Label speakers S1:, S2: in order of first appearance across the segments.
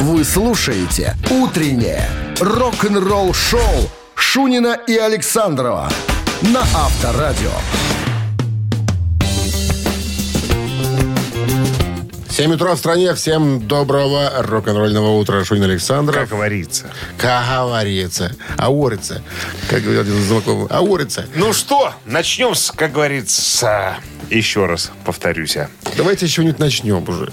S1: Вы слушаете «Утреннее рок-н-ролл-шоу» Шунина и Александрова на Авторадио.
S2: 7 утра в стране. Всем доброго рок-н-ролльного утра. Шунин
S3: Как
S2: Александров.
S3: говорится.
S2: Как говорится. Аорится. Как говорил один из знакомых. Аорится.
S3: Ну что, начнем с, как говорится, еще раз повторюсь. а.
S2: Давайте еще нибудь начнем уже.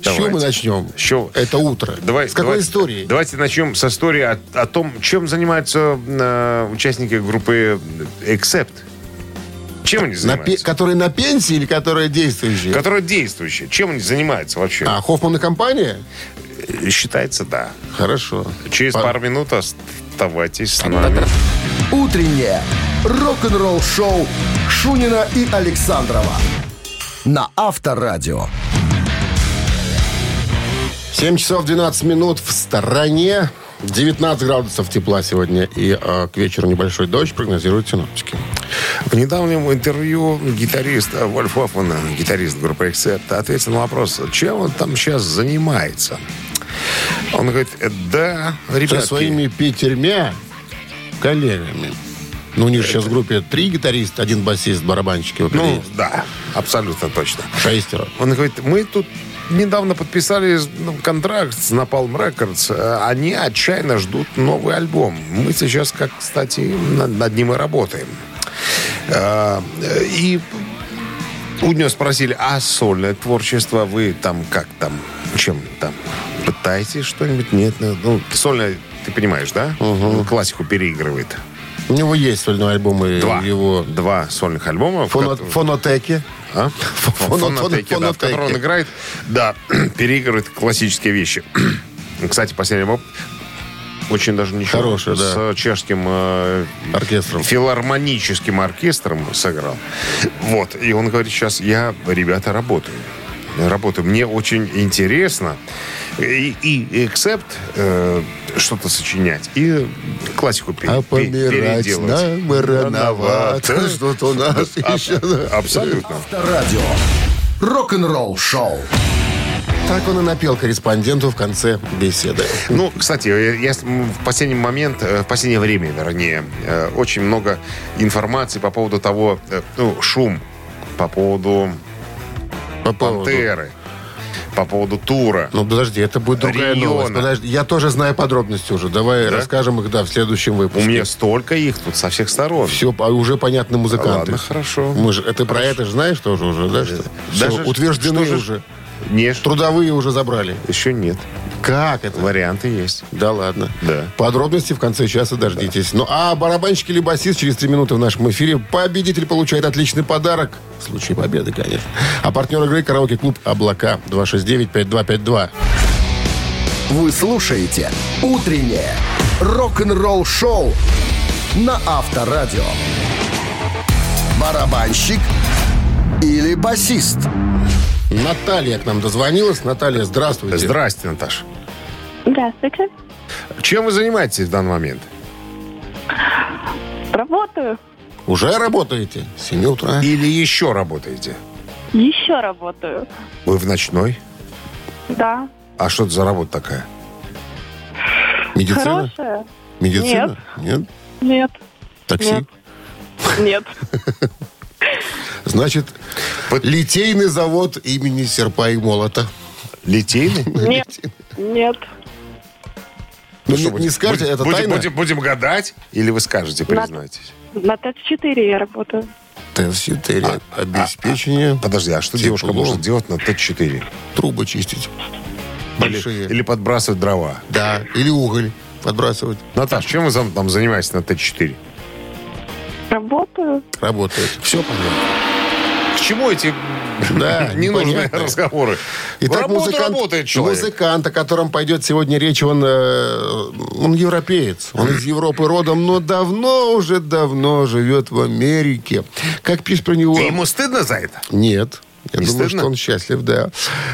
S2: С чего
S3: Давайте.
S2: мы начнем?
S3: С чего?
S2: Это утро.
S3: Давай,
S2: С какой
S3: давай-
S2: истории?
S3: Давайте начнем с истории о, о том, чем занимаются э, участники группы Except. Чем они
S2: На пе-
S3: занимаются?
S2: которые на пенсии или которые действующие?
S3: Которые действующие. Чем они занимаются вообще?
S2: А, Хоффман и компания?
S3: Э, Считается, да.
S2: Хорошо.
S3: Через
S2: Пар-
S3: пару минут оставайтесь с нами.
S1: «Утреннее рок-н-ролл-шоу» Шунина и Александрова на Авторадио.
S2: 7 часов 12 минут в стороне. 19 градусов тепла сегодня. И э, к вечеру небольшой дождь прогнозируют синоптики.
S3: В недавнем интервью гитарист э, Вольф Хоффман, гитарист группы Accept, ответил на вопрос, чем он там сейчас занимается. Он говорит, «Э, да,
S2: Со
S3: ребятки,
S2: своими пятерьмя коллегами. Ну, у них сейчас в группе три гитариста, один басист, барабанщик. и
S3: ну
S2: вокалист.
S3: да, абсолютно точно.
S2: Шестеро.
S3: Он говорит, мы тут недавно подписали ну, контракт с Napalm Records. Э, Они отчаянно ждут новый альбом. Мы сейчас, как, кстати, над, над ним и работаем. Э, э, И у него спросили, а сольное творчество вы там как там, чем там? Пытаетесь что-нибудь? Нет, ну, ну, сольное, ты понимаешь, да? Ну, Классику переигрывает.
S2: У него есть сольные альбомы.
S3: Два.
S2: Его
S3: Два сольных альбома. в
S2: фоно-
S3: которых-
S2: фонотеки.
S3: а?
S2: Фоно-
S3: Фонотеки, да, в
S2: фонотеки.
S3: которой он играет. Да, переигрывает классические вещи. Кстати, последний альбом очень даже ничего.
S2: Хороший,
S3: С
S2: да.
S3: э, чешским э,
S2: Оркестром.
S3: филармоническим оркестром сыграл. Вот. И он говорит сейчас, я, ребята, работаю. Работаю. Мне очень интересно и, и эксепт э, что-то сочинять, и классику пе-
S2: А
S3: пе-
S2: помирать
S3: переделывать.
S2: нам рановато. Что-то у нас
S3: А-
S2: еще.
S3: Абсолютно.
S1: Авторадио. Рок-н-ролл-шоу.
S2: Так он и напел корреспонденту в конце беседы.
S3: Ну, кстати, э, я с- м, в последний момент, э, в последнее время, вернее, э, очень много информации по поводу того, э, ну, шум по поводу
S2: По поводу-
S3: Пантеры, по поводу тура.
S2: Ну, подожди, это будет другая
S3: Региона.
S2: новость. Подожди, я тоже знаю подробности уже. Давай
S3: Да?
S2: расскажем их, да, в следующем
S3: У
S2: выпуске.
S3: меня столько их тут со всех сторон.
S2: Все, а уже понятны музыканты.
S3: Ладно, хорошо.
S2: Мы же, это про это же знаешь тоже уже, да? Что? Всё,
S3: Даже
S2: утверждены
S3: что же-
S2: уже.
S3: Не, что-
S2: Трудовые уже забрали.
S3: еще нет.
S2: Как это?
S3: Варианты есть.
S2: Да ладно.
S3: Да.
S2: Подробности в конце часа дождитесь. Ну, а барабанщик или басист через три минуты в нашем эфире. Победитель получает отличный подарок. В случае победы, конечно. А партнер игры караоке-клуб «Облака» 269-5252.
S1: Вы слушаете «Утреннее рок-н-ролл-шоу» на Авторадио. Барабанщик или басист?
S2: Наталья к нам дозвонилась. Наталья, здравствуйте.
S3: Здрасте, Наташ.
S4: Здравствуйте.
S3: Чем вы занимаетесь в данный момент?
S4: Работаю.
S2: Уже работаете? 7 утра.
S3: Или еще работаете?
S4: Еще работаю.
S3: Вы в ночной?
S4: Да.
S3: А что это за работа такая?
S2: Медицина?
S4: Хорошая?
S2: Медицина? Нет.
S4: Нет.
S2: Такси?
S4: Нет. Нет.
S2: Значит,
S3: Под-
S2: литейный завод имени Серпа и Молота.
S3: Литейный?
S4: Нет. Нет.
S2: Ну,
S3: Что
S2: не,
S3: будем-
S2: не скажете,
S3: будем-
S2: это
S3: будем,
S2: тайна?
S3: Будем, будем гадать? Или вы скажете,
S4: Ладно.
S3: признайтесь?
S4: На ТЭЦ-4 я работаю.
S2: ТС-4, обеспечение,
S3: Подожди, а что
S2: Тепло.
S3: девушка может делать на Т4?
S2: трубы чистить. Большие.
S3: Или, или подбрасывать дрова?
S2: Да, или уголь подбрасывать.
S3: Наташ, чем вы зам- там занимаетесь на Т4?
S4: Работаю.
S2: Работает. Все понятно.
S3: К чему эти
S2: Да,
S3: ненужные
S2: непонятно.
S3: разговоры?
S2: Итак,
S3: Работа
S2: музыкант,
S3: работает человек.
S2: музыкант, о котором пойдет сегодня речь, он, э, он европеец, он из Европы родом, но давно уже, давно живет в Америке. Как пишет про него...
S3: Ему стыдно за это?
S2: Нет. Я
S3: Не
S2: думаю,
S3: стыдно?
S2: что он счастлив, да.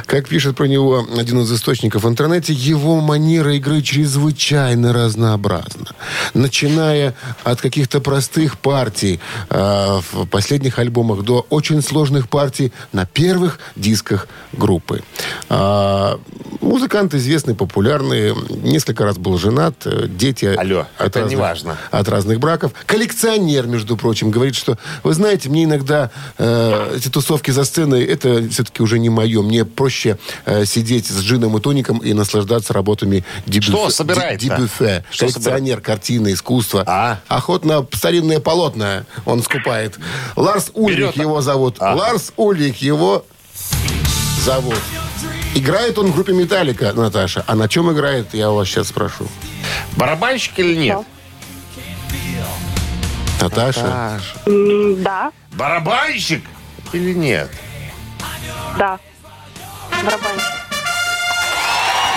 S2: Как пишет про него один из источников в интернете, его манера игры чрезвычайно разнообразна. Начиная от каких-то простых партий э, в последних альбомах до очень сложных партий на первых дисках группы. А, музыкант известный, популярный, несколько раз был женат, э, дети...
S3: Алло, это
S2: разных-
S3: неважно.
S2: от разных браков. Коллекционер, между прочим, говорит, что, вы знаете, мне иногда э, эти тусовки за сценой, это все-таки уже не мое. Мне проще э, сидеть с джином и тоником и наслаждаться работами дебюфе.
S3: Что собирает-то?
S2: Дебюфе.
S3: Что
S2: Коллекционер, картины, искусство.
S3: А.
S2: Охот на старинное полотно он скупает. Ларс Ульрих
S3: Берет, а?
S2: его зовут.
S3: А.
S2: Ларс Ульрих его зовут. Играет он в группе «Металлика», Наташа. А на чем играет, я у вас сейчас спрошу.
S3: Барабанщик или нет?
S2: Наташа?
S4: М, Да,
S3: Барабанщик или нет?
S4: да. Барабанщик.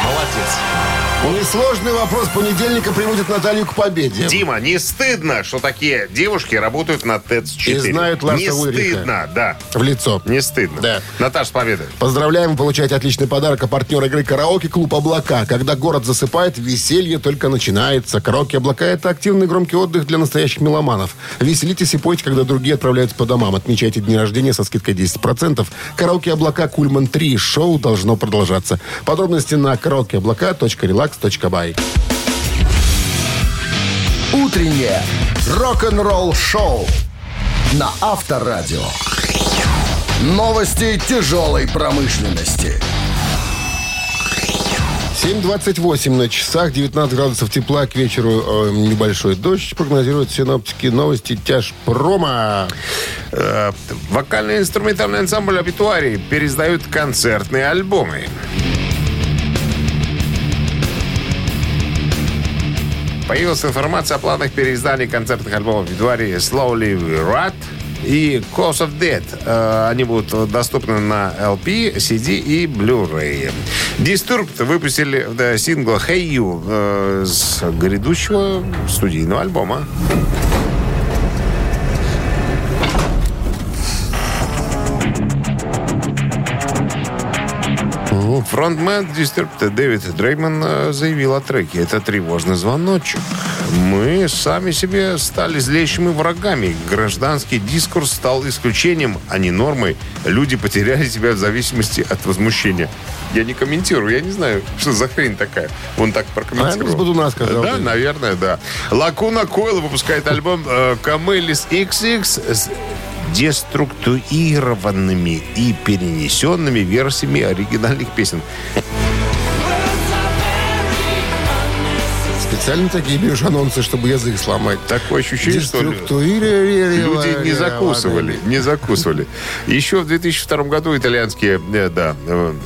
S3: Молодец.
S2: Ну и сложный вопрос понедельника приводит Наталью к победе.
S3: Дима, не стыдно, что такие девушки работают на ТЭЦ-4?
S2: И знают Ларса
S3: Не
S2: Ульриха.
S3: стыдно, да.
S2: В лицо.
S3: Не стыдно.
S2: Да.
S3: Наташа, с победой.
S2: Поздравляем, вы получаете отличный подарок от партнера игры «Караоке» клуб «Облака». Когда город засыпает, веселье только начинается. «Караоке Облака» — это активный громкий отдых для настоящих меломанов. Веселитесь и пойте, когда другие отправляются по домам. Отмечайте дни рождения со скидкой 10%. «Караоке Облака» Кульман 3. Шоу должно продолжаться. Подробности на караокеоблака.релакс.бай.
S1: Утреннее рок-н-ролл-шоу на Авторадио. Новости тяжелой промышленности.
S2: 7.28 на часах, 19 градусов тепла, к вечеру э, небольшой дождь. Прогнозируют синоптики новости тяжпрома.
S3: Э, Вокально-инструментальный ансамбль «Абитуарий» пересдают концертные альбомы. Появилась информация о планах переизданий концертных альбомов «Абитуарий» «Slowly We Rot» и «Cause of Death». Э, Они будут доступны на LP, CD и Blu-ray. Disturbed выпустили да, сингл «Hey You» э, с грядущего студийного альбома. Фронтмен Disturbed Дэвид Дрейман э, заявил о треке. Это тревожный звоночек. Мы сами себе стали злейшими врагами. Гражданский дискурс стал исключением, а не нормой. Люди потеряли себя в зависимости от возмущения. Я не комментирую, я не знаю, что за хрень такая. Он так прокомментировал.
S2: А, ну, с Бодуна сказал.
S3: Да, наверное, да. Лакуна Койл выпускает альбом э, Камелис XX с деструктурированными и перенесенными версиями оригинальных песен.
S2: Специально такие бьешь анонсы, чтобы язык сломать.
S3: Такое ощущение, что ли? Люди
S2: Люди
S3: не закусывали, не закусывали. Еще в 2002 году итальянские, э, да,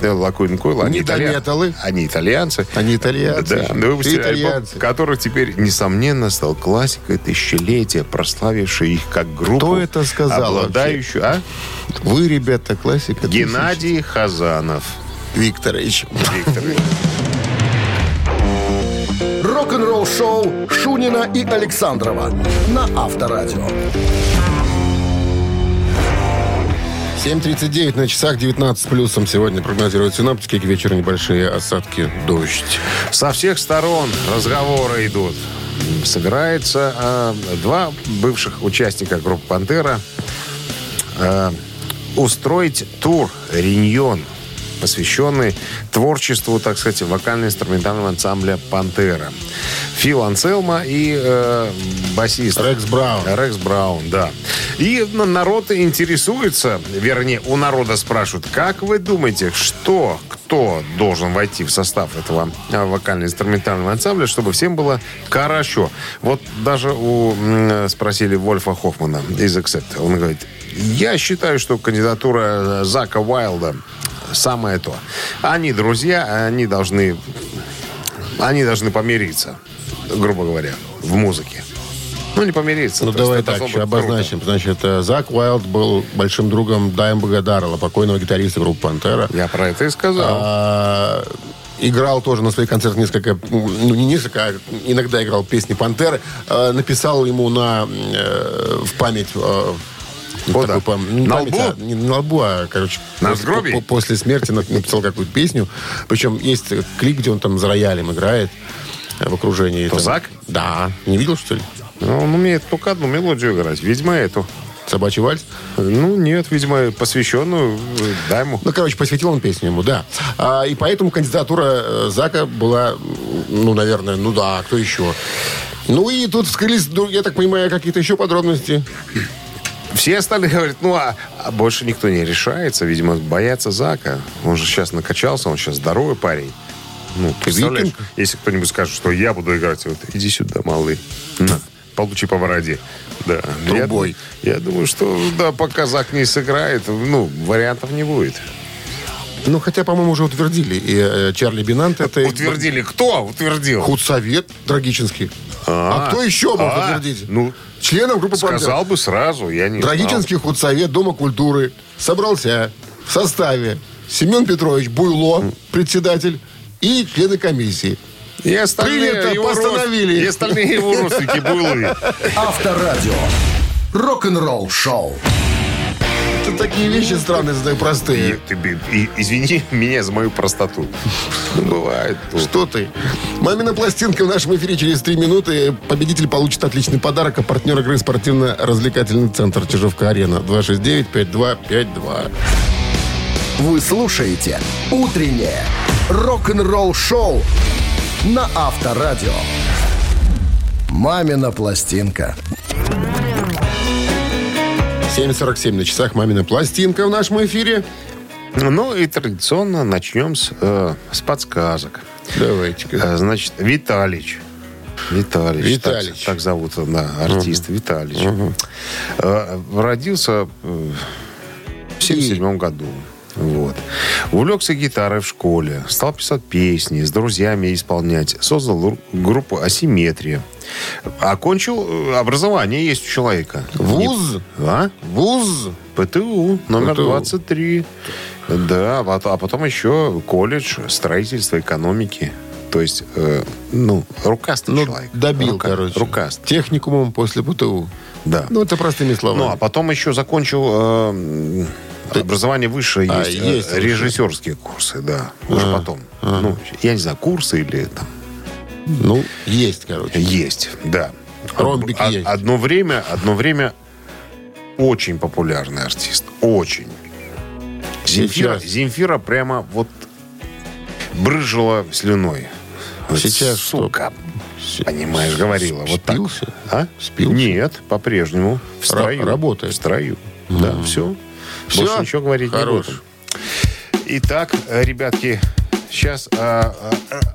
S3: Лакуин Койл, они,
S2: Не
S3: италья-
S2: дометалы.
S3: они итальянцы.
S2: Они итальянцы.
S3: Да, ну, выпустили альбом,
S2: Итальянцы.
S3: который теперь, несомненно, стал классикой тысячелетия, прославившая их как группу.
S2: Кто это сказал вообще?
S3: Обладающую, а?
S2: Вы, ребята, классика.
S3: Геннадий Хазанов.
S2: тысячи. Викторович.
S3: Виктор.
S1: Рок-н-ролл-шоу Шунина и Александрова на Авторадио.
S2: 7.39 на часах, 19 с плюсом. Сегодня прогнозируют синоптики. К вечеру небольшие осадки, дождь.
S3: Со всех сторон разговоры идут. Собирается э, два бывших участника группы «Пантера» э, устроить тур «Риньон», посвященный творчеству, так сказать, вокально-инструментального ансамбля «Пантера». Фил Анселма и э, басист...
S2: Рекс Браун.
S3: Рекс Браун, да. И ну, народ интересуется, вернее, у народа спрашивают, как вы думаете, что, кто должен войти в состав этого а, вокально-инструментального ансамбля, чтобы всем было хорошо? Вот даже у, м, спросили Вольфа Хоффмана из Accept. Он говорит, я считаю, что кандидатура э, Зака Уайлда самое то. Они друзья, они должны, они должны помириться, грубо говоря, в музыке. Ну, не помириться.
S2: Ну,
S3: то есть
S2: давай
S3: это
S2: так,
S3: должно
S2: еще
S3: быть круто.
S2: обозначим. Значит, э, Зак Уайлд был большим другом Даймбога Даррелла, покойного гитариста группы «Пантера».
S3: Я про это и сказал.
S2: А, Играл тоже на своих концертах несколько, ну не несколько, а иногда играл песни Пантеры. А, Написал ему на э, в память э,
S3: Года.
S2: Такой, по-моему, не
S3: На
S2: память,
S3: лбу?
S2: а, не на лбу, а, короче,
S3: На
S2: после-
S3: сгробе?
S2: по- после смерти нап- написал какую-то песню. Причем есть э, клип, где он там за роялем играет э, в окружении. там-
S3: Тузак?
S2: Да. Не видел, что ли?
S3: Ну, Он умеет только одну мелодию играть. Видимо, эту.
S2: Собачий вальс?
S3: Ну, нет, видимо, посвященную э, дайму.
S2: Ну, короче, посвятил он песню ему, да. А, и поэтому кандидатура э, Зака была, м, ну, наверное, ну да, кто еще? Ну и тут вскрылись, ну, я так понимаю, какие-то еще подробности.
S3: Все остальные говорят, ну, а, а больше никто не решается. Видимо, боятся Зака. Он же сейчас накачался, он сейчас здоровый парень. Ну, представляешь,
S2: Викинг?
S3: если кто-нибудь скажет, что я буду играть, вот, иди сюда, малый. На, получи по бороде. Да.
S2: Трубой.
S3: Я, ду- я думаю, что да, пока Зак не сыграет, ну, вариантов не будет.
S2: Ну, хотя, по-моему, уже утвердили. И э, Чарли Бинант это...
S3: Утвердили. Кто утвердил?
S2: Худсовет Драгичинский. А, кто еще мог
S3: А,
S2: утвердить?
S3: Ну,
S2: Членом группы
S3: сказал бы сразу, я не знал.
S2: Драгичинский худсовет Дома культуры собрался в составе Семен Петрович Буйло, председатель, и члены комиссии.
S3: И остальные
S2: Принято,
S3: его род-
S2: постановили.
S3: И остальные его родственники были.
S1: Авторадио. Рок-н-ролл шоу.
S2: Это такие вещи странные, задаю,
S3: И
S2: простые.
S3: ты бы- и- извини меня за мою простоту. Ну, бывает. тут.
S2: Что ты? Мамина пластинка в нашем эфире через три минуты. Победитель получит отличный подарок, а партнер игры спортивно-развлекательный центр Чижовка-Арена. 269-5252.
S1: Вы слушаете «Утреннее рок-н-ролл-шоу» на Авторадио. «Мамина пластинка».
S2: 7.47 на часах «Мамина пластинка» в нашем эфире.
S3: Ну и традиционно начнем с, э, с подсказок.
S2: Давайте-ка.
S3: Э, Значит, Виталич. Виталич.
S2: Виталич.
S3: Так, так зовут да, артист Виталич. Э, Родился э, в 77 году. Вот. Увлекся гитарой в школе, стал писать песни, с друзьями исполнять, создал ру- группу «Асимметрия». Окончил э, образование, есть у человека.
S2: Вуз?
S3: Не- А?
S2: ВУЗ.
S3: ПТУ номер
S2: ПТУ.
S3: 23. Да, вот, а потом еще колледж строительства экономики. То есть, э, ну, рукастый
S2: Ну,
S3: человек.
S2: добил,
S3: Рука-
S2: короче.
S3: Рукастый,
S2: Техникумом после ПТУ.
S3: да.
S2: Ну, это простыми словами.
S3: Ну, а потом еще закончил э, м, образование высшее,
S2: А,
S3: есть, э,
S2: есть А, высшее.
S3: режиссерские курсы, да, уже потом. Ну, я не знаю, курсы или там а
S2: Ну, есть, короче.
S3: Есть, да.
S2: Ромбик
S3: Од-
S2: есть.
S3: Одно время, одно время очень популярный артист. Очень. Земфира,
S2: Сейчас.
S3: Земфира прямо вот брызжила слюной. Вот
S2: Сейчас
S3: Сука, понимаешь, говорила. Вот так.
S2: Спился?
S3: А?
S2: Спился?
S3: Нет, по-прежнему. В
S2: Ра-
S3: строю.
S2: работает.
S3: В строю. Да, все.
S2: Всё?
S3: Больше ничего говорить
S2: Хорош.
S3: не буду. Итак, э, ребятки, сейчас э,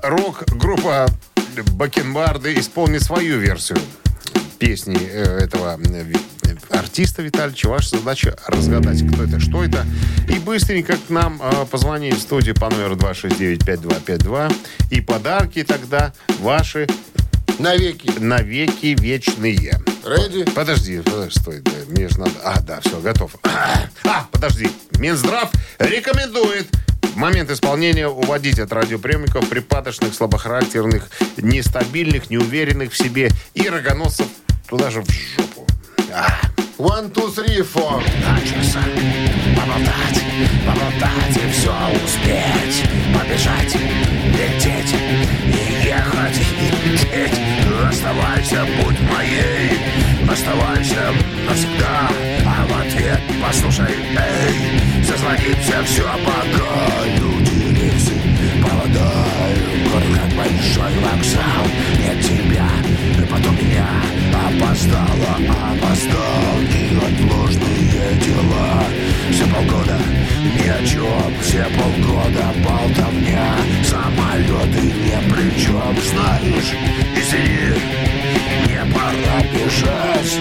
S3: рок-группа Бакенбарды исполнит свою версию песни э, этого э, ви- э, артиста Витальевича. Ваша задача разгадать, кто это, что это. И быстренько к нам э, позвонить в студию по номеру 269-5252. И подарки тогда ваши
S2: Навеки.
S3: навеки вечные.
S2: Ready?
S3: Подожди, подожди, стой, да, мне же надо... А, да, все, готов. А, подожди. Минздрав рекомендует в момент исполнения уводить от радиоприемников припадочных, слабохарактерных, нестабильных, неуверенных в себе и рогоносцев туда же в жопу. А,
S2: One, two, three, four.
S5: Хочется поболтать, поболтать и все успеть Побежать, лететь и ехать, и лететь Оставайся, будь моей, оставайся навсегда А в ответ послушай, эй, созвонится все пока Люди рельсы э, а попадают, город как большой вокзал Нет тебя, и потом меня опоздала, опоздал Неотложные дела, все полгода ни о чем Все полгода болтовня, самолеты ни при чем Знаешь, извини, не пора бежать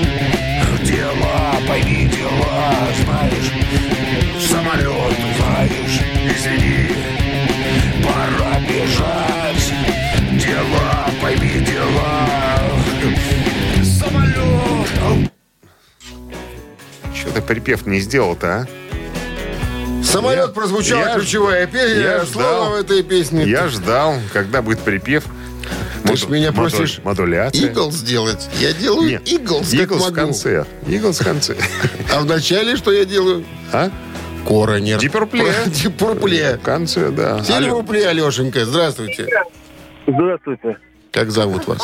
S5: Дела, пойми дела, э, знаешь Самолет, знаешь, извини Пора бежать Дела, пойми дела Самолет
S3: что ты припев не сделал-то, а?
S2: Самолет
S3: Я-
S2: прозвучала
S3: я ж-
S2: ключевая песня.
S3: я
S2: Слово
S3: ждал.
S2: в этой
S3: а?
S2: песне.
S3: Я ждал, когда будет припев.
S2: Ты ж меня
S3: модуль-
S2: просишь
S3: модуляция.
S2: игл сделать. Я делаю
S3: Нет,
S2: иглс, как
S3: Иглс в
S2: могу.
S3: конце. Иглс в конце.
S2: А вначале что я делаю?
S3: А?
S2: Коронер.
S3: Дипурпле.
S2: Дипурпле.
S3: В конце, да. Алло.
S2: Сильвупле, Алешенька, здравствуйте.
S6: Здравствуйте,
S2: Как зовут вас?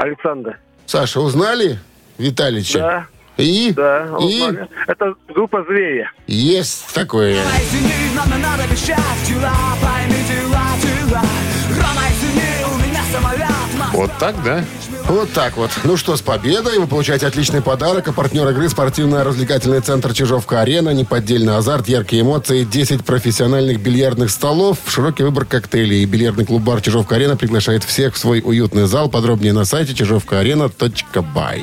S6: Александр.
S2: Саша, узнали Виталича?
S6: Да,
S2: И?
S6: да.
S2: И?
S6: узнали. Это группа «Звери».
S2: Есть такое.
S7: Извини, нам не надо обещать дела, пойми дела, дела. Рома, извини, у меня самолет, Москва.
S3: Вот так, да?
S2: Вот так вот. Ну что, с победой вы получаете отличный подарок. А партнер игры спортивно-развлекательный центр «Чижовка-арена». Неподдельный азарт, яркие эмоции, 10 профессиональных бильярдных столов, широкий выбор коктейлей. И бильярдный клуб-бар «Чижовка-арена» приглашает всех в свой уютный зал. Подробнее на сайте чижовкаарена.бай.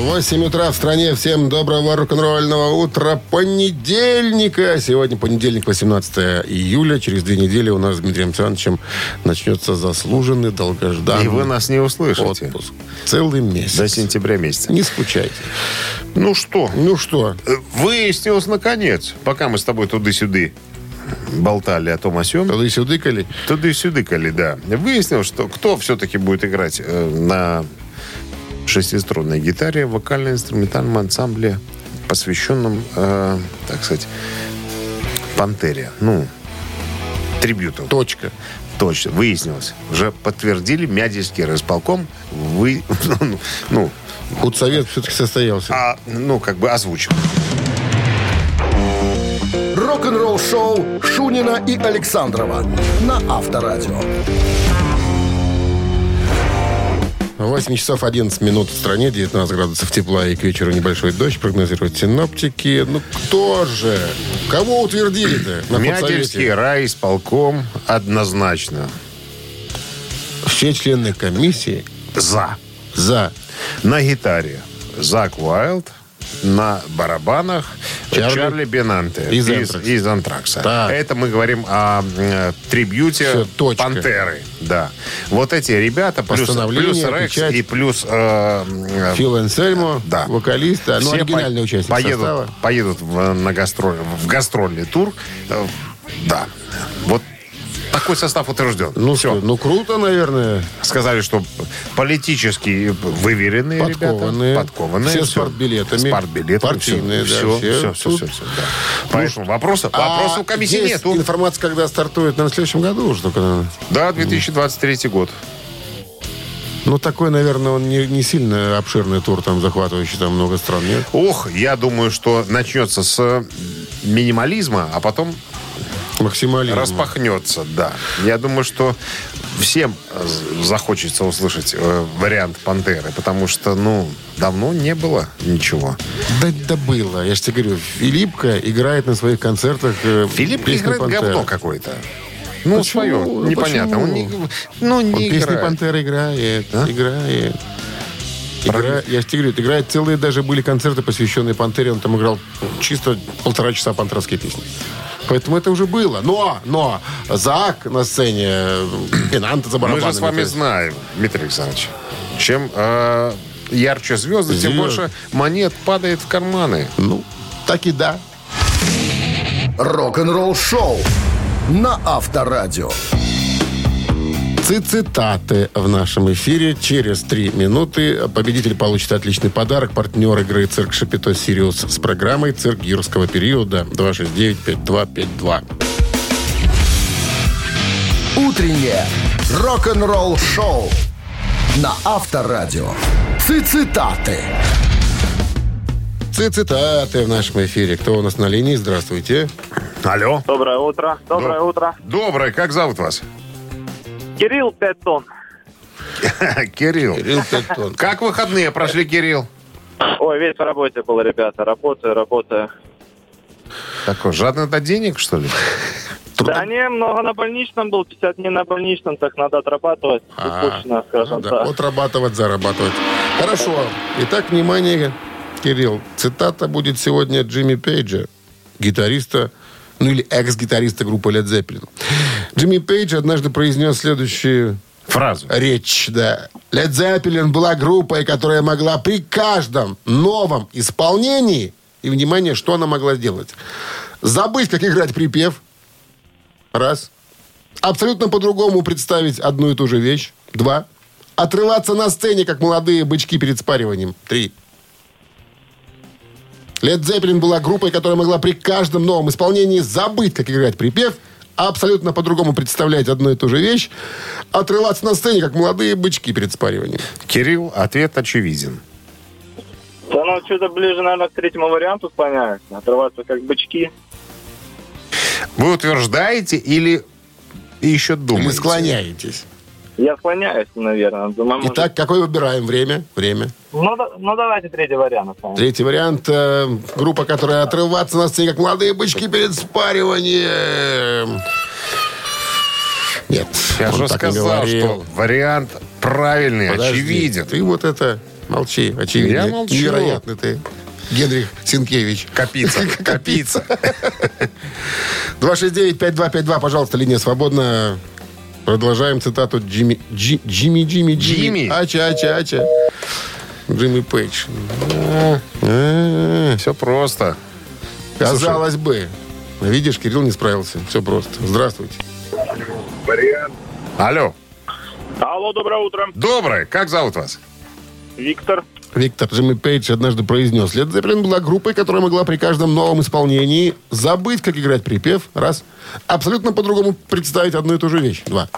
S2: 8 утра в стране. Всем доброго рок-н-ролльного утра понедельника. Сегодня понедельник, 18 июля. Через две недели у нас с Дмитрием Александровичем начнется заслуженный, долгожданный
S3: И вы нас не услышите.
S2: отпуск. Целый месяц.
S3: До сентября месяца.
S2: Не скучайте.
S3: Ну что,
S2: Ну что,
S3: э, выяснилось наконец, пока мы с тобой туды-сюды болтали о том о сём,
S2: тогда и сюдыкали.
S3: туды-сюдыкали, да. Выяснилось, что кто все-таки будет играть э, на шестиструнной гитаре в вокально-инструментальном ансамбле, посвященном, э, так сказать, «Пантере». Ну, трибюту.
S2: Точка.
S3: Точно, выяснилось. Уже подтвердили Мядельский располком. Вы, ну,
S2: Худсовет все-таки состоялся.
S3: а, ну, как бы озвучил.
S1: Рок-н-ролл-шоу Шунина и Александрова на Авторадио.
S2: 8 часов 11 минут в стране, 19 градусов тепла и к вечеру небольшой дождь прогнозируют синоптики. Ну кто же? Кого утвердили-то на
S3: Мядельский
S2: худсовете?
S3: рай исполком однозначно
S2: Все члены комиссии
S3: за.
S2: за
S3: На гитаре Зак Уайлд, на барабанах
S2: Чарли-
S3: Чарли, Бенанте
S2: Из «Антракса».
S3: из «Антракса».
S2: Так.
S3: Это мы говорим о м, э, трибьюте
S2: Всё, точка.
S3: Пантеры. Да. Вот эти ребята, плюс,
S2: Постановление,
S3: плюс Рекс
S2: печать.
S3: и плюс э, м,
S2: Фил Энсельмо,
S3: Да.
S2: вокалиста, ну,
S3: Все
S2: оригинальный
S3: по-
S2: участник
S3: поедут,
S2: состава.
S3: поедут в, на гастроль, в гастрольный тур. Э, Да. Вот такой состав утвержден.
S2: Ну
S3: Всё.
S2: что, ну круто, наверное,
S3: Сказали, что политически выверенные
S2: Подкованные.
S3: ребята. Подкованные.
S2: Все с
S3: всё.
S2: портбилетами.
S3: С портбилетами.
S2: Партийные, да, все.
S3: Все, все, все,
S2: Тут-
S3: все. Поэтому вопросов, вопросов
S2: А
S3: комиссии
S2: есть
S3: нету.
S2: Информация, когда стартует, наверное, в следующем году уже только. наверное.
S3: Да, 2023 год.
S2: Ну, такой, наверное, он не, не сильно обширный тур, там, захватывающий, там много стран, нет?
S3: Ох, я думаю, что начнется с э, минимализма, а потом
S2: Максимализм.
S3: Распахнется, да. Я думаю, что всем э, захочется услышать э, вариант Пантеры, потому что, ну, давно не было ничего.
S2: Да, да было. Я же тебе говорю, Филиппка играет на своих концертах э,
S3: Филипп
S2: песни
S3: играет
S2: «Пантера».
S3: говно какое-то. Ну,
S2: Почему?
S3: свое,
S2: Ну,
S3: непонятно. Он
S2: почему?
S3: не, ну, не
S2: Он песни
S3: играет. А?
S2: «Пантера» играет, играет.
S3: Правильно.
S2: Игра- я же тебе говорю, играет целые, даже были концерты, посвященные «Пантере», он там играл чисто полтора часа пантеровские песни. Поэтому это уже было. Но, но, Зак на сцене, э, Пенанта за
S3: Мы
S2: барабанами.
S3: же с вами
S2: то есть.
S3: знаем, Дмитрий Александрович, чем э, ярче звезды, тем
S2: Звезд.
S3: больше монет падает в карманы.
S2: Ну, так и да.
S1: Рок-н-ролл-шоу на Авторадио.
S2: Цитаты в нашем эфире через три минуты. Победитель получит отличный подарок. Партнер игры «Цирк Шапито Сириус» с программой «Цирк юрского периода» 269-5252.
S1: Утреннее рок-н-ролл-шоу на Авторадио. Цитаты.
S2: Цитаты в нашем эфире. Кто у нас на линии? Здравствуйте.
S3: Алло.
S6: Доброе утро. Доброе утро.
S3: Доброе, как зовут вас?
S6: Кирилл пять тонн.
S3: Кирилл.
S2: Кирилл Петон.
S3: Как выходные прошли, Кирилл?
S6: Ой, весь в работе был, ребята. Работаю, работаю.
S3: Такой, жадно до денег, что ли?
S6: Да не, много на больничном был, 50 дней на больничном, так надо отрабатывать.
S2: А,
S6: Скучно, скажем
S2: да,
S6: так.
S2: Отрабатывать, зарабатывать. Хорошо. Итак, внимание, Кирилл. Цитата будет сегодня Джимми Пейджа, гитариста, ну или экс-гитариста группы Led Zeppelin. Джимми Пейдж однажды произнес следующие
S3: Фразу.
S2: Речь, да. Led Zeppelin была группой, которая могла при каждом новом исполнении, и, внимание, что она могла сделать? Забыть, как играть припев. Раз. Абсолютно по-другому представить одну и ту же вещь. Два. Отрываться на сцене, как молодые бычки перед спариванием. Три. Led Zeppelin была группой, которая могла при каждом новом исполнении забыть, как играть припев, а абсолютно по-другому представлять одну и ту же вещь, отрываться на сцене, как молодые бычки перед спариванием.
S3: Кирилл, ответ очевиден.
S6: Да ну, что-то ближе, наверное, к третьему варианту склоняюсь. Отрываться как бычки.
S3: Вы утверждаете или еще думаете?
S2: Вы склоняетесь.
S6: Я склоняюсь, наверное. Думаю, может-
S2: Итак, какой выбираем? Время? Время.
S6: Ну, да- ну, давайте третий вариант. наверное.
S2: Третий вариант. э, группа, которая отрываться на сцене, как молодые бычки перед спариванием. Нет.
S3: Я
S2: он
S3: же
S2: так не
S3: сказал,
S2: говорил.
S3: что вариант правильный,
S2: Подожди,
S3: очевиден.
S2: Ты вот это... Молчи, очевидно.
S3: Я молчу.
S2: Невероятно ты, Генрих Синкевич.
S3: Копиться, копиться.
S2: 269-5252, пожалуйста, линия свободна. Продолжаем цитату Джимми... Джи- Джимми, Джимми, Джимми.
S3: Джимми.
S2: Ача, ача, ача. Джимми А, Пейдж.
S3: Все просто.
S2: Казалось бы. Видишь, Кирилл не справился. Все просто. Здравствуйте.
S3: Алло,
S6: Алло, доброе утро.
S3: доброе, как зовут вас?
S6: Виктор.
S2: Виктор Джимми Пейдж однажды произнес. Лед Зеппелин была группой, которая могла при каждом новом исполнении забыть, как играть припев. Раз. Абсолютно по-другому представить одну и ту же вещь. Два.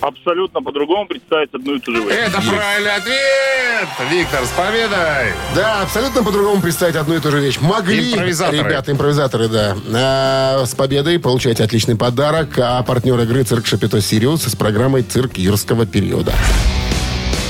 S6: Абсолютно по-другому представить одну и ту
S2: Э.
S6: же вещь.
S3: Это правильный ответ! Виктор, с победой!
S2: Да, абсолютно по-другому представить одну и ту же вещь. Могли,
S3: Импровизаторы.
S2: ребята, импровизаторы, да. А, с победой получаете отличный подарок. А партнер игры «Цирк Шапито Сириус» с программой «Цирк юрского периода».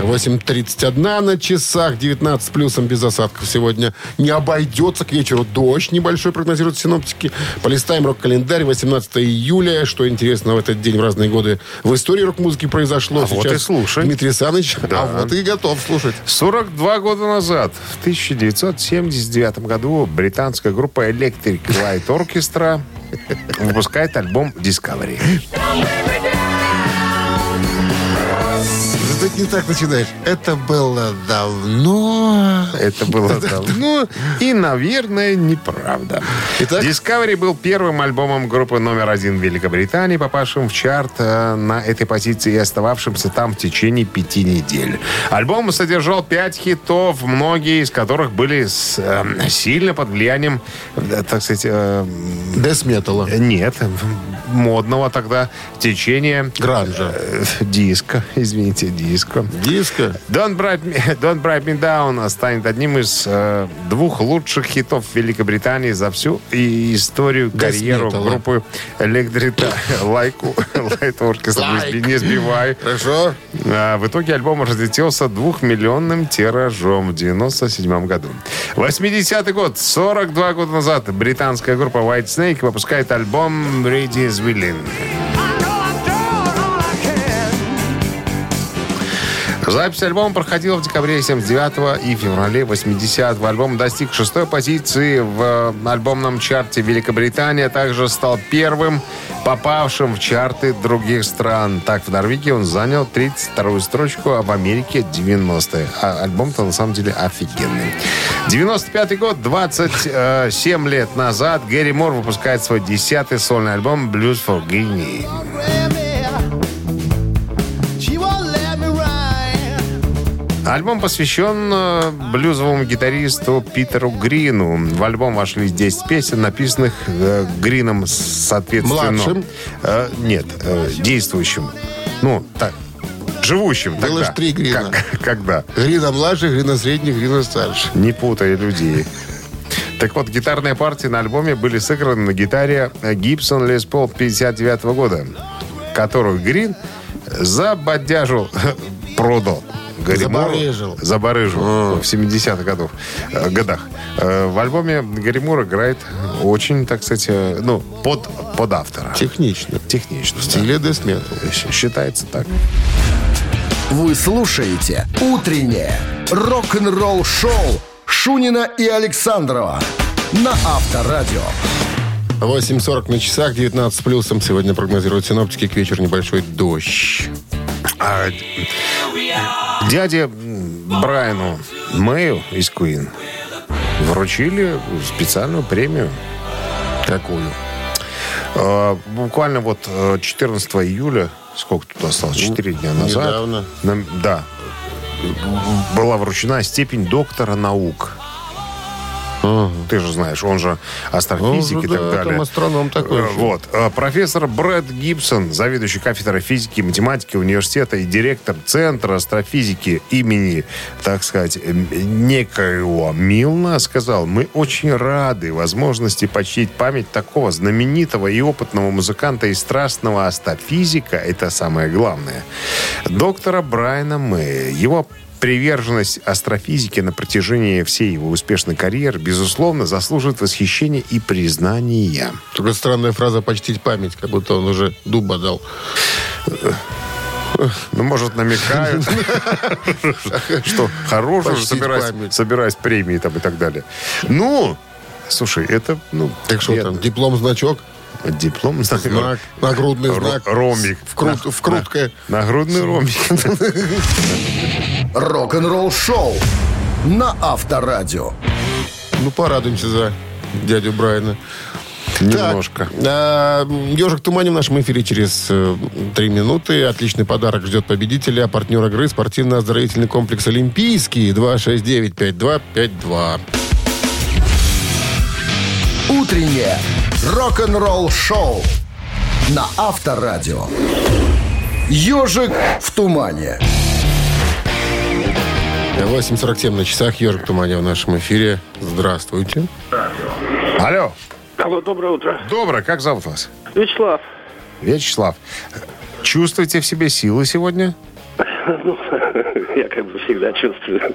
S2: 8.31 на часах, 19 плюсом без осадков сегодня. Не обойдется к вечеру дождь небольшой, прогнозируют синоптики. Полистаем рок-календарь 18 июля. Что интересно в этот день в разные годы в истории рок-музыки произошло.
S3: А вот и слушай.
S2: Дмитрий Саныч,
S3: Да.
S2: а вот и готов слушать.
S3: 42 года назад, в 1979 году, британская группа Electric Light Orchestra выпускает альбом Discovery.
S2: Ты не так начинаешь. Это было давно.
S3: Это было давно и, наверное, неправда.
S2: Итак?
S3: Discovery был первым альбомом группы номер один в Великобритании, попавшим в чарт э, на этой позиции и остававшимся там в течение пяти недель. Альбом содержал пять хитов, многие из которых были с, э, сильно под влиянием, э, так сказать, э,
S2: Дэс металла.
S3: нет, модного тогда течения
S2: Гранжа.
S3: э, диска, извините, диска.
S2: Диско.
S3: Don't Bright Me, Don't Bright Me Down станет одним из э, двух лучших хитов Великобритании за всю и историю,
S2: Да
S3: карьеру
S2: сметала.
S3: группы Электрита Лайку Лайт Оркестра. Не сби- Не сбивай.
S2: Хорошо.
S3: А, В итоге альбом разлетелся двухмиллионным тиражом в 97 году. 80-й год, 42 года назад, британская группа White Snake выпускает альбом Ready is Willing. Запись альбома проходила в декабре 79 и феврале 80 Альбом достиг шестой позиции в э, альбомном чарте Великобритании, а также стал первым попавшим в чарты других стран. Так, в Норвегии он занял 32-ю строчку, а в Америке 90-е. А альбом-то на самом деле офигенный. 95 год, 27 лет назад, Гэри Мор выпускает свой 10-й сольный альбом «Blues for Guinea». Альбом посвящен э, блюзовому гитаристу Питеру Грину. В альбом вошли 10 песен, написанных э, Грином, соответственно...
S2: Младшим?
S3: Э, нет, э, действующим. Ну, так, живущим
S2: Было
S3: тогда.
S2: ж три Грина.
S3: Как- когда?
S2: Грина младше, грина средний, грина старше.
S3: Не путай людей. Так вот, гитарные партии на альбоме были сыграны на гитаре Gibson Les Paul 59 года, которую Грин забодяжил, продал. Гарри Мору.
S2: Забарыжил.
S3: Забарыжил в 70-х годах. э, годах. Э, В альбоме Гарри Мур играет очень, так сказать, э, ну, под, под автора.
S2: Технично.
S3: Технично.
S2: В стиле Death Metal.
S3: да. Считается так.
S1: Вы слушаете «Утреннее Рок-н-ролл-шоу Шунина и Александрова на Авторадио.
S2: 8.40 на часах, 19 с плюсом. Сегодня прогнозируют синоптики к вечеру небольшой дождь.
S3: А дяде м, Брайану Мэю из Куин вручили специальную премию.
S2: Какую?
S3: Э, Буквально вот э, 14 июля, сколько тут осталось, 4 дня назад.
S2: Ну, недавно.
S3: нам- да. Была вручена степень доктора наук. Ты же знаешь, он же астрофизик
S2: Он же,
S3: и Ну так
S2: Ну, да, там
S3: далее.
S2: астроном такой
S3: Э,
S2: же.
S3: Вот. Э, Профессор Брэд Гибсон, заведующий кафедрой физики и математики университета и директор Центра астрофизики имени, так сказать, м, некоего Милна, сказал, мы очень рады возможности почтить память такого знаменитого и опытного музыканта и страстного астрофизика, это самое главное, доктора Брайана Мэя. Его Приверженность астрофизике на протяжении всей его успешной карьеры, безусловно, заслуживает восхищения и признания.
S2: Только странная фраза «почтить память», как будто он уже дуба дал.
S3: Ну, может, намекают, что хорош уже
S2: Почтить
S3: собираюсь-
S2: память.
S3: собираюсь премии там и так далее. Ну, слушай, это, ну...
S2: Так что
S3: приятно.
S2: там, диплом, значок,
S3: Диплом,
S2: знак, нагрудный
S3: Ро-
S2: знак.
S3: ромбик.
S2: Вкрут,
S3: На-
S2: вкрутка.
S3: Нагрудный ромбик.
S1: Рок-н-ролл-шоу на Авторадио.
S2: Ну, порадуемся за дядю Брайана.
S3: Немножко.
S2: Ежик Тумани а, в нашем эфире через э, три минуты. Отличный подарок ждет победителя. А партнер игры спортивно-оздоровительный комплекс «Олимпийский» 269-5252.
S1: Утреннее рок-н-ролл-шоу на Авторадио. Ежик в тумане.
S2: 8.47 на часах. Ежик Тумани в нашем эфире. Здравствуйте.
S3: Алло,
S6: Алло, доброе утро.
S3: добро, как зовут вас?
S6: Вячеслав,
S3: Вячеслав, чувствуете в себе силы сегодня?
S6: Ну, я как бы всегда чувствую.
S3: Ну,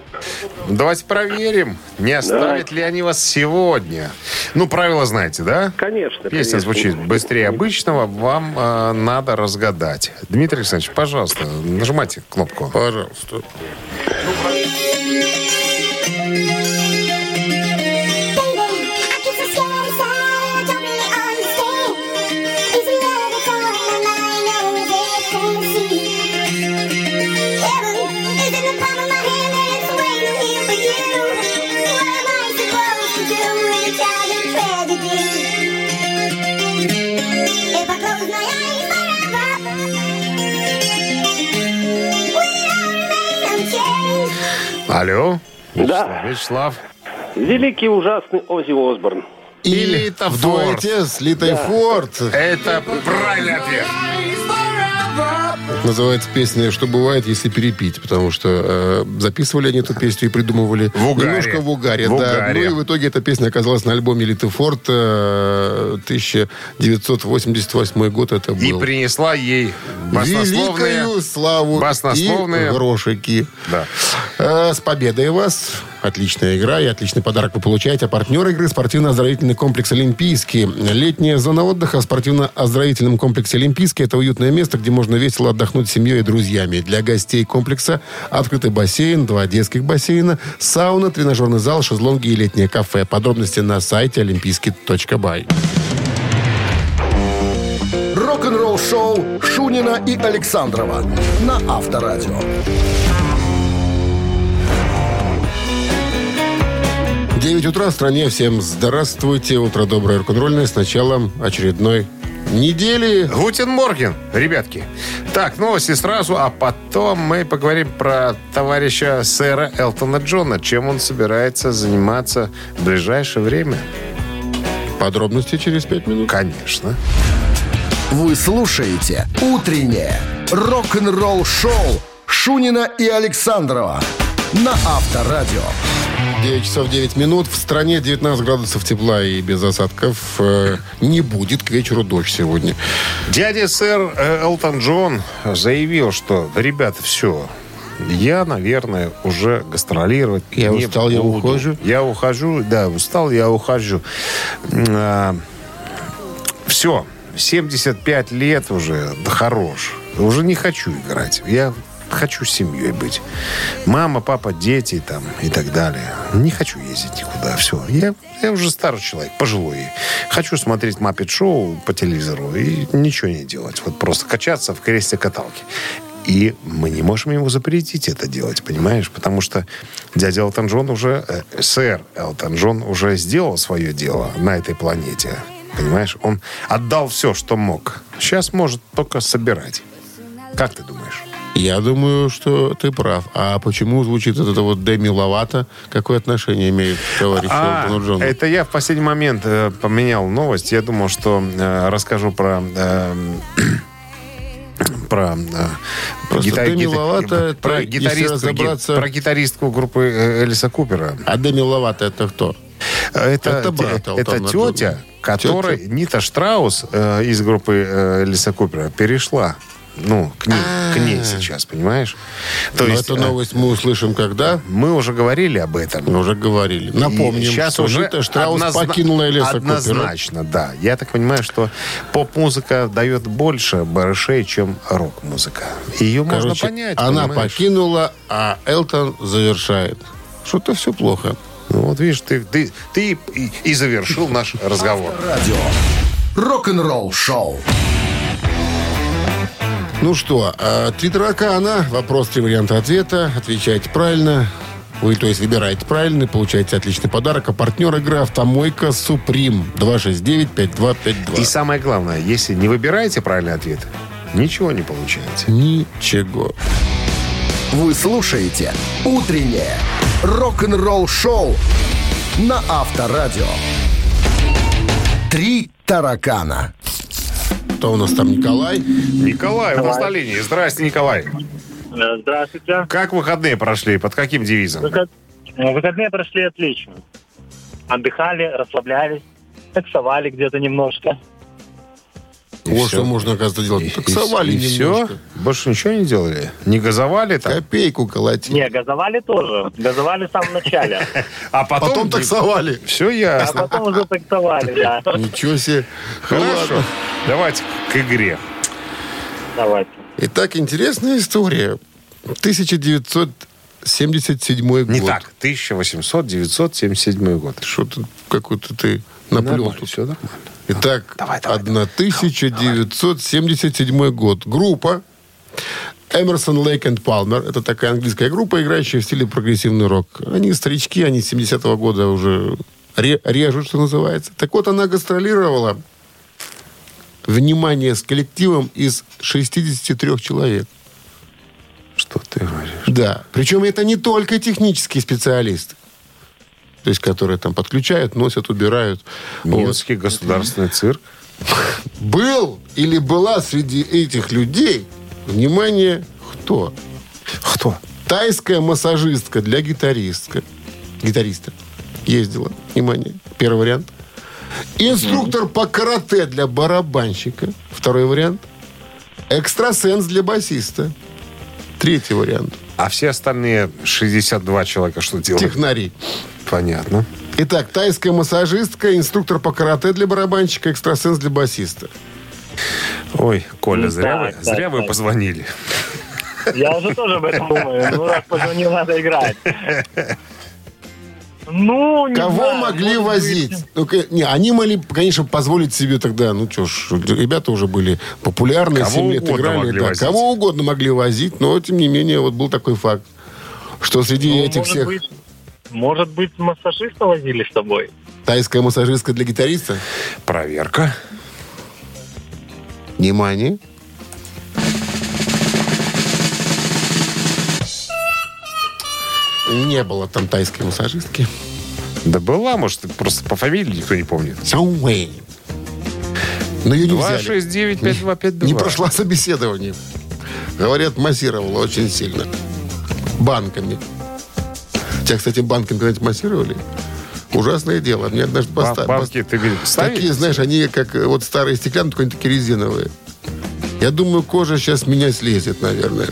S3: Давайте проверим, не оставят ли они вас сегодня. Ну, правила знаете, да?
S6: Конечно.
S3: Песня звучит быстрее обычного, вам э, надо разгадать. Дмитрий Александрович, пожалуйста, нажимайте кнопку.
S2: Пожалуйста.
S8: If I close my eyes forever
S3: Алло?
S6: Да.
S3: Вячеслав.
S6: Великий ужасный Ози Осборн.
S2: Или
S3: Или
S2: это в
S3: Форд.
S2: дуэте с Литой Форд.
S3: Это правильный ответ.
S2: Это называется песня «Что бывает, если перепить», потому что э, записывали они эту песню и придумывали
S3: В угаре.
S2: немножко в угаре.
S3: В
S2: да.
S3: угаре.
S2: Ну и в итоге эта песня оказалась на альбоме Литы Форд э, 1988 год это
S3: И
S2: был.
S3: принесла ей баснословные...
S2: Великую славу
S3: баснословные-
S2: и грошики.
S3: Да.
S2: Э, С победой вас. Отличная игра и отличный подарок вы получаете. А партнер игры – спортивно-оздоровительный комплекс «Олимпийский». Летняя зона отдыха в спортивно-оздоровительном комплексе «Олимпийский» – это уютное место, где можно весело отдохнуть с семьей и друзьями. Для гостей комплекса открытый бассейн, два детских бассейна, сауна, тренажерный зал, шезлонги и летнее кафе. Подробности на сайте олимпийский.бай.
S1: Рок-н-ролл-шоу Шунина и Александрова на Авторадио.
S2: 9 утра в стране. Всем здравствуйте. Утро доброе, рок-н-ролльное. С началом очередной недели.
S3: Гутен Морген, ребятки. Так, новости сразу, а потом мы поговорим про товарища сэра Элтона Джона, чем он собирается заниматься в ближайшее время.
S2: Подробности через 5 минут.
S3: Конечно.
S1: Вы слушаете «Утреннее рок-н-ролл-шоу» Шунина и Александрова на Авторадио.
S2: 9 часов 9 минут. В стране 19 градусов тепла и без осадков э, не будет. К вечеру дождь сегодня.
S3: Дядя сэр э, Элтон Джон заявил, что, ребята, все, я, наверное, уже гастролировать
S2: Я
S3: не
S2: устал, я
S3: буду.
S2: ухожу.
S3: Я ухожу, да, устал, я ухожу. а, все, 75 лет уже, да хорош. Уже не хочу играть. Я хочу с семьей быть. Мама, папа, дети там и так далее. Не хочу ездить никуда. Все. Я, я уже старый человек, пожилой. Хочу смотреть Маппет Шоу по телевизору и ничего не делать. Вот просто качаться в кресте каталки. И мы не можем ему запретить это делать, понимаешь? Потому что дядя Элтон Джон уже, э, сэр Элтон Джон уже сделал свое дело на этой планете. Понимаешь? Он отдал все, что мог. Сейчас может только собирать. Как ты думаешь?
S2: Я думаю, что ты прав. А почему звучит вот это вот Деми Ловато? Какое отношение имеет товарищ
S3: А,
S2: Элтону Джону?
S3: это я в последний момент э, поменял новость. Я думал, что э, расскажу про э, про э,
S2: Просто Деми Ловато, это,
S3: про
S2: если
S3: гитаристку, ги-
S2: разобраться-
S3: про гитаристку группы э, Элиса Купера. Э,
S2: А Деми Ловато это кто?
S3: Это,
S2: Это брат
S3: те-
S2: Элтона
S3: это тетя,
S2: Джона.
S3: которой Нита Штраус э, из группы э, Элиса Купера перешла. Ну, к ней, к ней сейчас, понимаешь? То
S2: А. Но
S3: есть
S2: эту
S3: э,
S2: новость мы услышим когда?
S3: мы уже говорили об этом.
S2: Мы уже говорили. Напомним,
S3: сейчас
S2: что
S3: уже
S2: Рита Штраус
S3: однозна-
S2: покинула Элиса Купера.
S3: Однозначно, да. Я так понимаю, что поп-музыка дает больше барышей, чем рок-музыка. Ее можно
S2: Короче,
S3: понять.
S2: она
S3: понимаешь?
S2: покинула, а Элтон завершает. Что-то все плохо.
S3: Ну, вот видишь, ты, ты, ты и, и завершил наш разговор.
S1: Рок-н-ролл шоу.
S2: Ну что, э, три таракана. Вопрос, три варианта ответа. Отвечайте правильно. Вы, то есть, выбираете правильный, получаете отличный подарок. А партнер игры «Автомойка Суприм» 269-5252.
S3: И самое главное, если не выбираете правильный ответ, ничего не получаете.
S2: Ничего.
S1: Вы слушаете «Утреннее рок-н-ролл-шоу» на Авторадио. «Три таракана».
S2: Кто у нас там Николай?
S3: Николай, у нас на линии. Здрасте, Николай.
S6: Э, Здравствуйте.
S3: Как выходные прошли? Под каким девизом?
S6: Выход- э, Выходные прошли отлично. Отдыхали, расслаблялись, таксовали где-то немножко.
S2: Вот
S3: всё.
S2: что можно, оказывается, делать. Таксовали
S3: и все?
S2: немножко.
S3: Больше ничего не делали? Не газовали там?
S2: Копейку колотили.
S6: Не, газовали тоже. Газовали в самом начале.
S3: А потом...
S2: Потом таксовали.
S3: Все
S6: А
S3: ясно.
S6: потом уже таксовали, да.
S2: Ничего себе. Ну
S3: Хорошо.
S2: ладно.
S3: Давайте к игре.
S6: Давайте.
S2: Итак, интересная история. 1977 год.
S3: Не так. 1800-977 год.
S2: Что-то какой-то ты наплел тут.
S3: все нормально.
S2: Итак,
S3: Давай, давай,
S2: 1977 год. Группа Эмерсон, Лейк и Палмер. Это такая английская группа, играющая в стиле прогрессивный рок. Они старички, они с 70-го года уже ре- режут, что называется. Так вот, она гастролировала, внимание, с коллективом из 63 человек.
S3: Что ты говоришь?
S2: Да. Причем это не только технические специалисты. То есть, которые там подключают, носят, убирают. Вот.
S3: Минский государственный цирк.
S2: Был или была среди этих людей, внимание, кто?
S3: Кто?
S2: Тайская массажистка для гитаристка. Гитариста. Ездила. Внимание. Первый вариант. Инструктор по карате для барабанщика. Второй вариант. Экстрасенс для басиста. Третий вариант.
S3: А все остальные 62 человека что делают?
S2: Технари.
S3: Понятно.
S2: Итак, тайская массажистка, инструктор по карате для барабанщика, экстрасенс для басиста.
S3: Ой, Коля, зря,
S6: Ну да,
S3: вы,
S6: да,
S3: зря вы
S6: да.
S3: позвонили.
S6: Я уже тоже об этом думаю. Ну, раз позвонил, надо играть. Ну, не
S2: Кого
S6: знаю,
S2: могли
S6: может
S2: возить?
S6: быть.
S2: Ну, к- не, они могли, конечно, позволить себе тогда, ну что ж, ребята уже были популярны,
S3: Кого
S2: 7 лет
S3: угодно
S2: играли.
S3: могли
S2: да,
S3: возить.
S2: кого угодно могли возить, но, тем не менее, вот был такой факт, что среди
S6: Ну,
S2: этих
S6: может
S2: всех
S6: быть, Может быть, массажиста возили с тобой?
S2: тайская массажистка для гитариста.
S3: Проверка.
S2: Внимание. Не было там тайской массажистки.
S3: Да была, может, просто по фамилии никто не помнит.
S2: Сауэй. Но ее не взяли.
S3: 269-5252.
S2: Не прошла собеседование. Говорят, массировала очень сильно. Банками. Тебя, кстати, банками когда-нибудь массировали? Ужасное дело. Мне однажды
S3: Ба-
S2: поста-
S3: Бабки, ты видел?
S2: пост- Такие, знаешь, они как э, вот старые стеклянные, только они такие резиновые. Я думаю, кожа сейчас меня слезет, наверное.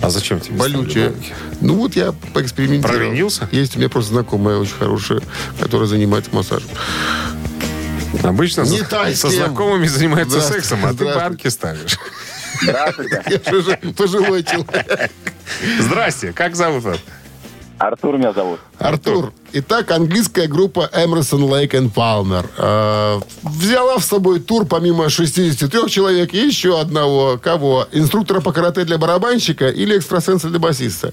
S3: А зачем тебе?
S2: Болючая.
S3: ставили бабки?
S2: Ну вот я поэкспериментировал.
S3: Провинился?
S2: Есть у меня просто знакомая очень хорошая, которая занимается массажем.
S3: Обычно
S2: Не
S3: со-
S2: тайские.
S3: со знакомыми занимаются
S2: Здравствуй-
S3: сексом, а ты
S2: здравствуй.
S3: банки ставишь.
S8: Здравствуйте.
S2: Я же пожилой человек.
S5: Здрасте, как зовут вас?
S8: Артур меня зовут.
S2: Артур, итак, английская группа Emerson, Lake and Palmer э, взяла в собой тур помимо 63 человек и еще одного, кого? Инструктора по карате для барабанщика или экстрасенса для басиста?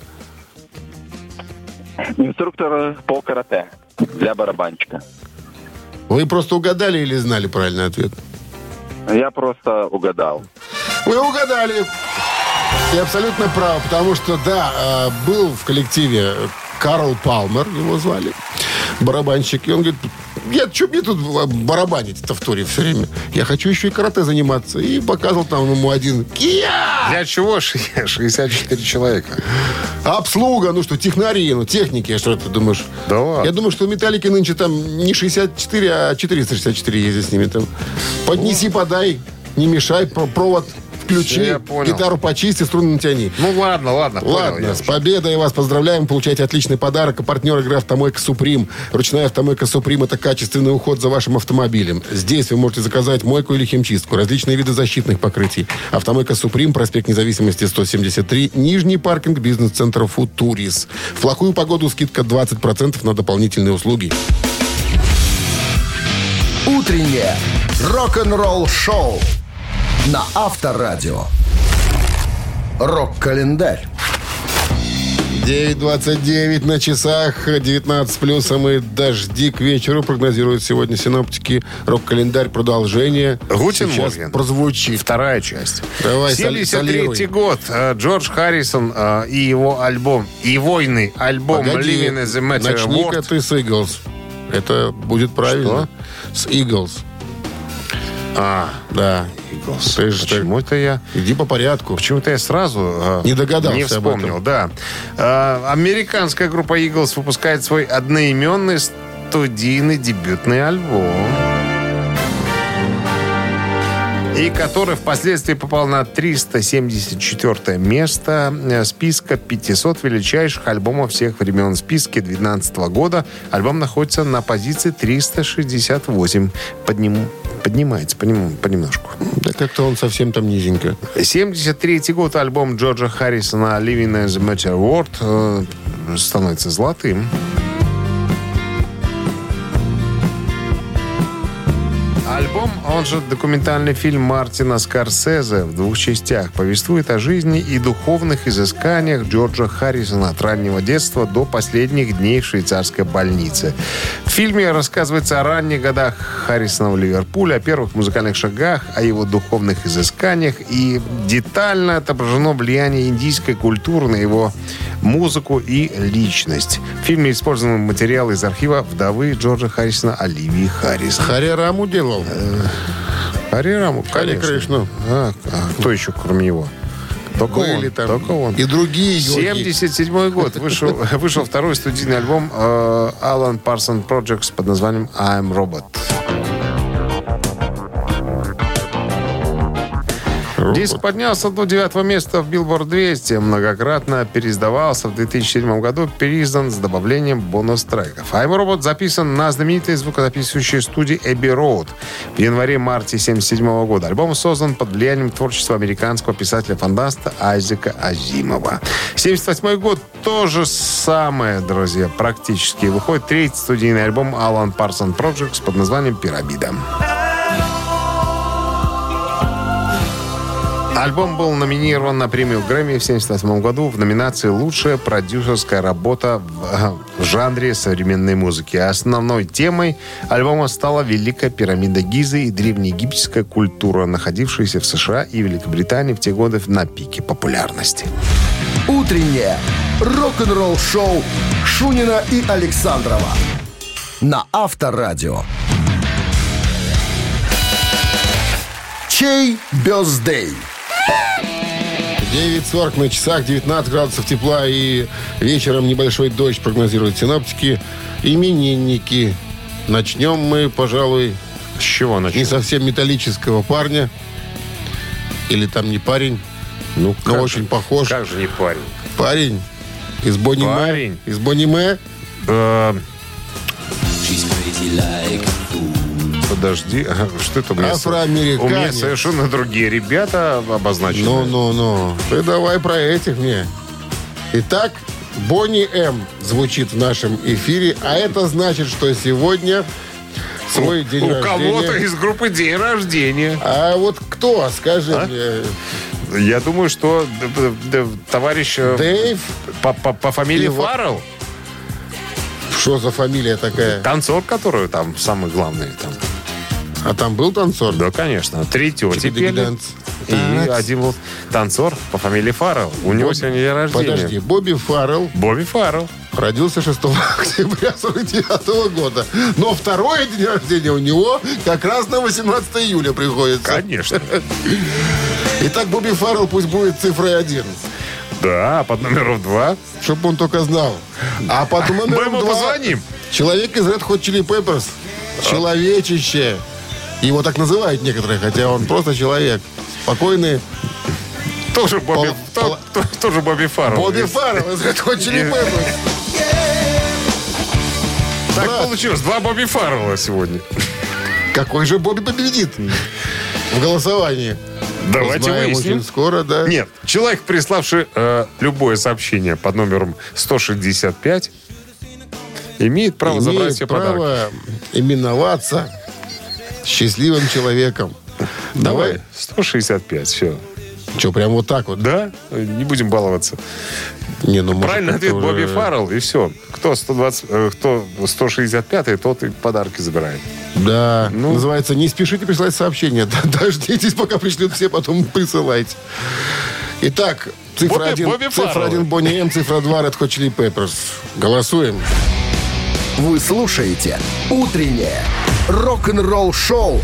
S8: Инструктор по карате для барабанщика.
S2: Вы просто угадали или знали правильный ответ?
S8: Я просто угадал.
S2: Вы угадали. И абсолютно прав, потому что, да, э, был в коллективе э, Карл Палмер, его звали, барабанщик. И он говорит, я, что мне тут э, барабанить-то в туре все время? Я хочу еще и карате заниматься. И показывал там ему один «Кия!»
S5: Для чего ш- 64 человека?
S2: Обслуга, ну что, технари, ну техники, а что ты думаешь?
S5: Да ладно.
S2: Я думаю, что у Металлики нынче там не 64, а 464 ездят с ними там. Поднеси, подай, не мешай, про- провод включи,
S5: Я понял.
S2: гитару почисти, струны натяни.
S5: Ну ладно, ладно. понял
S2: Ладно,
S5: я.
S2: с победой вас поздравляем. Получаете отличный подарок. А партнер игры «Автомойка Суприм». Ручная «Автомойка Суприм» — это качественный уход за вашим автомобилем. Здесь вы можете заказать мойку или химчистку, различные виды защитных покрытий. «Автомойка Суприм», проспект Независимости, 173, Нижний паркинг бизнес-центра «Футурис». В плохую погоду скидка 20% на дополнительные услуги.
S1: Утреннее рок-н-ролл-шоу на Авторадио. Рок-календарь.
S2: 9.29 на часах, 19 с плюсом и дожди к вечеру прогнозируют сегодня синоптики. Рок-календарь продолжение.
S5: Гутен
S2: Сейчас
S5: Морген.
S2: прозвучит.
S5: Вторая часть.
S2: Давай, соли-
S5: 73
S2: солируй.
S5: год. Э, Джордж Харрисон э, и его альбом, и войны альбом
S2: Погоди,
S5: Living in the Matter
S2: начни-ка
S5: World.
S2: ты с Иглс. Это будет правильно. С Иглс.
S5: А,
S2: Да.
S5: Eagles.
S2: Ты же
S5: Почему-то я...
S2: Иди по порядку.
S5: Почему-то я сразу э,
S2: Не догадался
S5: не
S2: об
S5: вспомнил,
S2: этом.
S5: да. Э, американская группа Eagles выпускает свой одноименный студийный дебютный альбом. И который впоследствии попал на 374 место э, списка 500 величайших альбомов всех времен. В списке 2012 года альбом находится на позиции 368. Подниму, поднимается понем- понемножку.
S2: Да как-то он совсем там низенько.
S5: 73 год альбом Джорджа Харрисона «Living in the Matter World» э, становится золотым. Альбом, он же документальный фильм Мартина Скорсезе в двух частях, повествует о жизни и духовных изысканиях Джорджа Харрисона от раннего детства до последних дней в швейцарской больнице. В фильме рассказывается о ранних годах Харрисона в Ливерпуле, о первых музыкальных шагах, о его духовных изысканиях и детально отображено влияние индийской культуры на его музыку и личность. В фильме использован материал из архива вдовы Джорджа Харрисона Оливии Харрис.
S2: Хари Раму делал.
S5: Хари Раму,
S2: Хари
S5: конечно.
S2: Кришну.
S5: А, а кто еще, кроме него? Только
S2: Были
S5: он,
S2: там
S5: только он.
S2: и другие йоги.
S5: 77 год вышел, вышел второй студийный альбом э, Alan Parson Projects под названием I'm Robot. 10 Диск поднялся до девятого места в Billboard 200, многократно переиздавался в 2007 году, переиздан с добавлением бонус-треков. I'm Robot записан на знаменитой звукозаписывающей студии Abbey Road в январе-марте 1977 года. Альбом создан под влиянием творчества американского писателя-фантаста Айзека Азимова. 78 год то же самое, друзья, практически. Выходит третий студийный альбом Alan Parson Projects под названием «Пирамида». Альбом был номинирован на премию Грэмми в 1978 году в номинации «Лучшая продюсерская работа в, э, в жанре современной музыки». А Основной темой альбома стала Великая пирамида Гизы и древнеегипетская культура, находившаяся в США и Великобритании в те годы на пике популярности.
S1: Утреннее рок-н-ролл-шоу Шунина и Александрова на Авторадио. Чей бездей?
S2: 9.40 на часах, 19 градусов тепла и вечером небольшой дождь прогнозируют синоптики. Именинники. Начнем мы, пожалуй,
S5: С чего
S2: не
S5: начать?
S2: совсем металлического парня. Или там не парень. Ну,
S5: как
S2: очень похож.
S5: Как же не парень?
S2: Парень из Бонни Мэ.
S5: Парень?
S2: Из Бонни Мэ.
S5: Э, Подожди, а что это у меня? со-
S2: Афроамериканец.
S5: У меня совершенно другие ребята обозначены.
S2: Ну-ну-ну. Ну, Ты давай про этих мне. Итак, Бонни М звучит в нашем эфире, а это значит, что сегодня свой день
S5: у
S2: рождения.
S5: кого-то из группы день рождения.
S2: А вот кто, скажи
S5: А?
S2: мне?
S5: Я думаю, что д- д- д- товарищ э,
S2: Дэйв?
S5: по, по- по фамилии
S2: Его-
S5: Фаррелл,
S2: Что за фамилия такая?
S5: танцор, которую там самый главный. Там.
S2: А там был танцор? Типа
S5: Да, конечно. Три тети пели.
S2: Чикадилиданс.
S5: И один вот танцор по фамилии Фаррелл. У него сегодня день рождения.
S2: Подожди, Бобби Фаррелл
S5: Бобби Фаррелл.
S2: родился 6 октября 49 года. Но второй день рождения у него как раз на 18 июля приходится.
S5: Конечно.
S2: Итак, Бобби Фаррелл пусть будет цифрой 1.
S5: Да, под номером два.
S2: Чтобы он только знал. А потом
S5: Мы
S2: номером
S5: ему
S2: два-
S5: позвоним.
S2: Человек из Red Hot Chili Peppers. Человечище. Его так называют некоторые, хотя он просто человек. Спокойный.
S5: Тоже Бобби,
S2: Пол-
S5: то-
S2: пол-
S5: то- тоже Бобби Фаррелл.
S2: Бобби Фаррелл из Red Hot Chili Peppers.
S5: Так
S2: брат.
S5: получилось, два Бобби Фаррелла сегодня.
S2: Какой же Бобби победит в голосовании?
S5: Давайте
S2: Узнаем
S5: выясним.
S2: очень скоро, да?
S5: Нет, человек, приславший э, любое сообщение под номером 165, имеет право забрать
S2: Имеет
S5: себе подарок.
S2: право именоваться счастливым человеком.
S5: Давай,
S2: Давай.
S5: 165, все.
S2: Что, прям вот так вот?
S5: Да? Не будем баловаться.
S2: Не, ну, может,
S5: Правильный
S2: как-то
S5: ответ
S2: уже-
S5: Бобби Фаррелл, и все. Кто, 120, э, кто 165, тот и подарки забирает.
S2: Да,
S5: Ну.
S2: называется «Не спешите присылать сообщения». Да, Дождитесь, пока пришлют все, потом присылайте. Итак, цифра
S5: Бобби-
S2: 1
S5: Бобби
S2: цифра
S5: Фаррелл.
S2: один Бонни М, цифра 2 Red Hot Chili Peppers. Голосуем.
S1: Вы слушаете «Утреннее рок-н-ролл-шоу»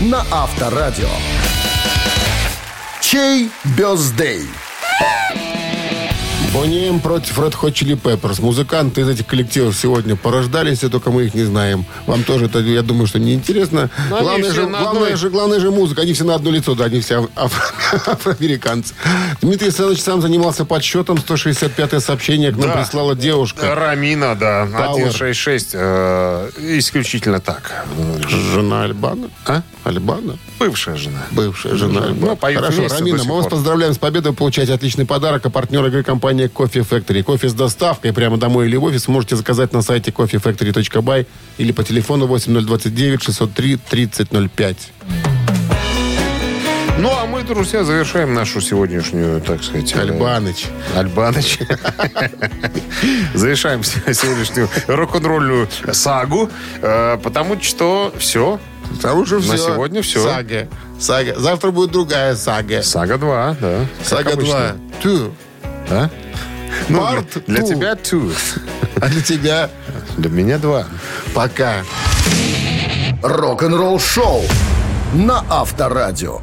S1: на Авторадио. Чей бездей?
S2: Бонни М против Red Hot Chili Peppers. Музыканты из этих коллективов сегодня порождались, и только мы их не знаем. Вам тоже это, я думаю, что неинтересно.
S5: Но они
S2: Главное
S5: все
S2: же,
S5: на
S2: главное,
S5: одной-
S2: же, главное же музыка. Они все на одно лицо, да, они все аф- афро- афроамериканцы. Дмитрий Александрович сам занимался подсчетом. 165-е сообщение к нам
S5: Да.
S2: прислала девушка.
S5: Рамина, да,
S2: Пауэр.
S5: 166, э, исключительно так.
S2: Жена Альбана? А? Альбана?
S5: Бывшая жена.
S2: Бывшая жена.
S5: Ну,
S2: Альбана.
S5: поют
S2: Хорошо,
S5: вместе до
S2: Рамина,
S5: сих
S2: мы вас
S5: пор.
S2: поздравляем с победой. Вы получаете отличный подарок. А партнер игры компания Coffee Factory. Кофе с доставкой прямо домой или в офис можете заказать на сайте coffeefactory.by или по телефону 8029-603-3005.
S5: Ну, а мы, друзья, завершаем нашу сегодняшнюю, так сказать... э,
S2: Альбаныч.
S5: Альбаныч. Завершаем се- сегодняшнюю рок-н-ролльную сагу, э, потому что все.
S2: Потому что
S5: На сегодня все.
S2: А Сага. Сага. Завтра будет другая сага.
S5: Сага 2, да. как
S2: Сага
S5: обычно.
S2: 2. Ту.
S5: Да? Ну,
S2: Part
S5: для
S2: two.
S5: тебя 2,
S2: А для тебя
S5: для меня 2.
S2: пока.
S1: Рок-н-ролл-шоу на Авторадио.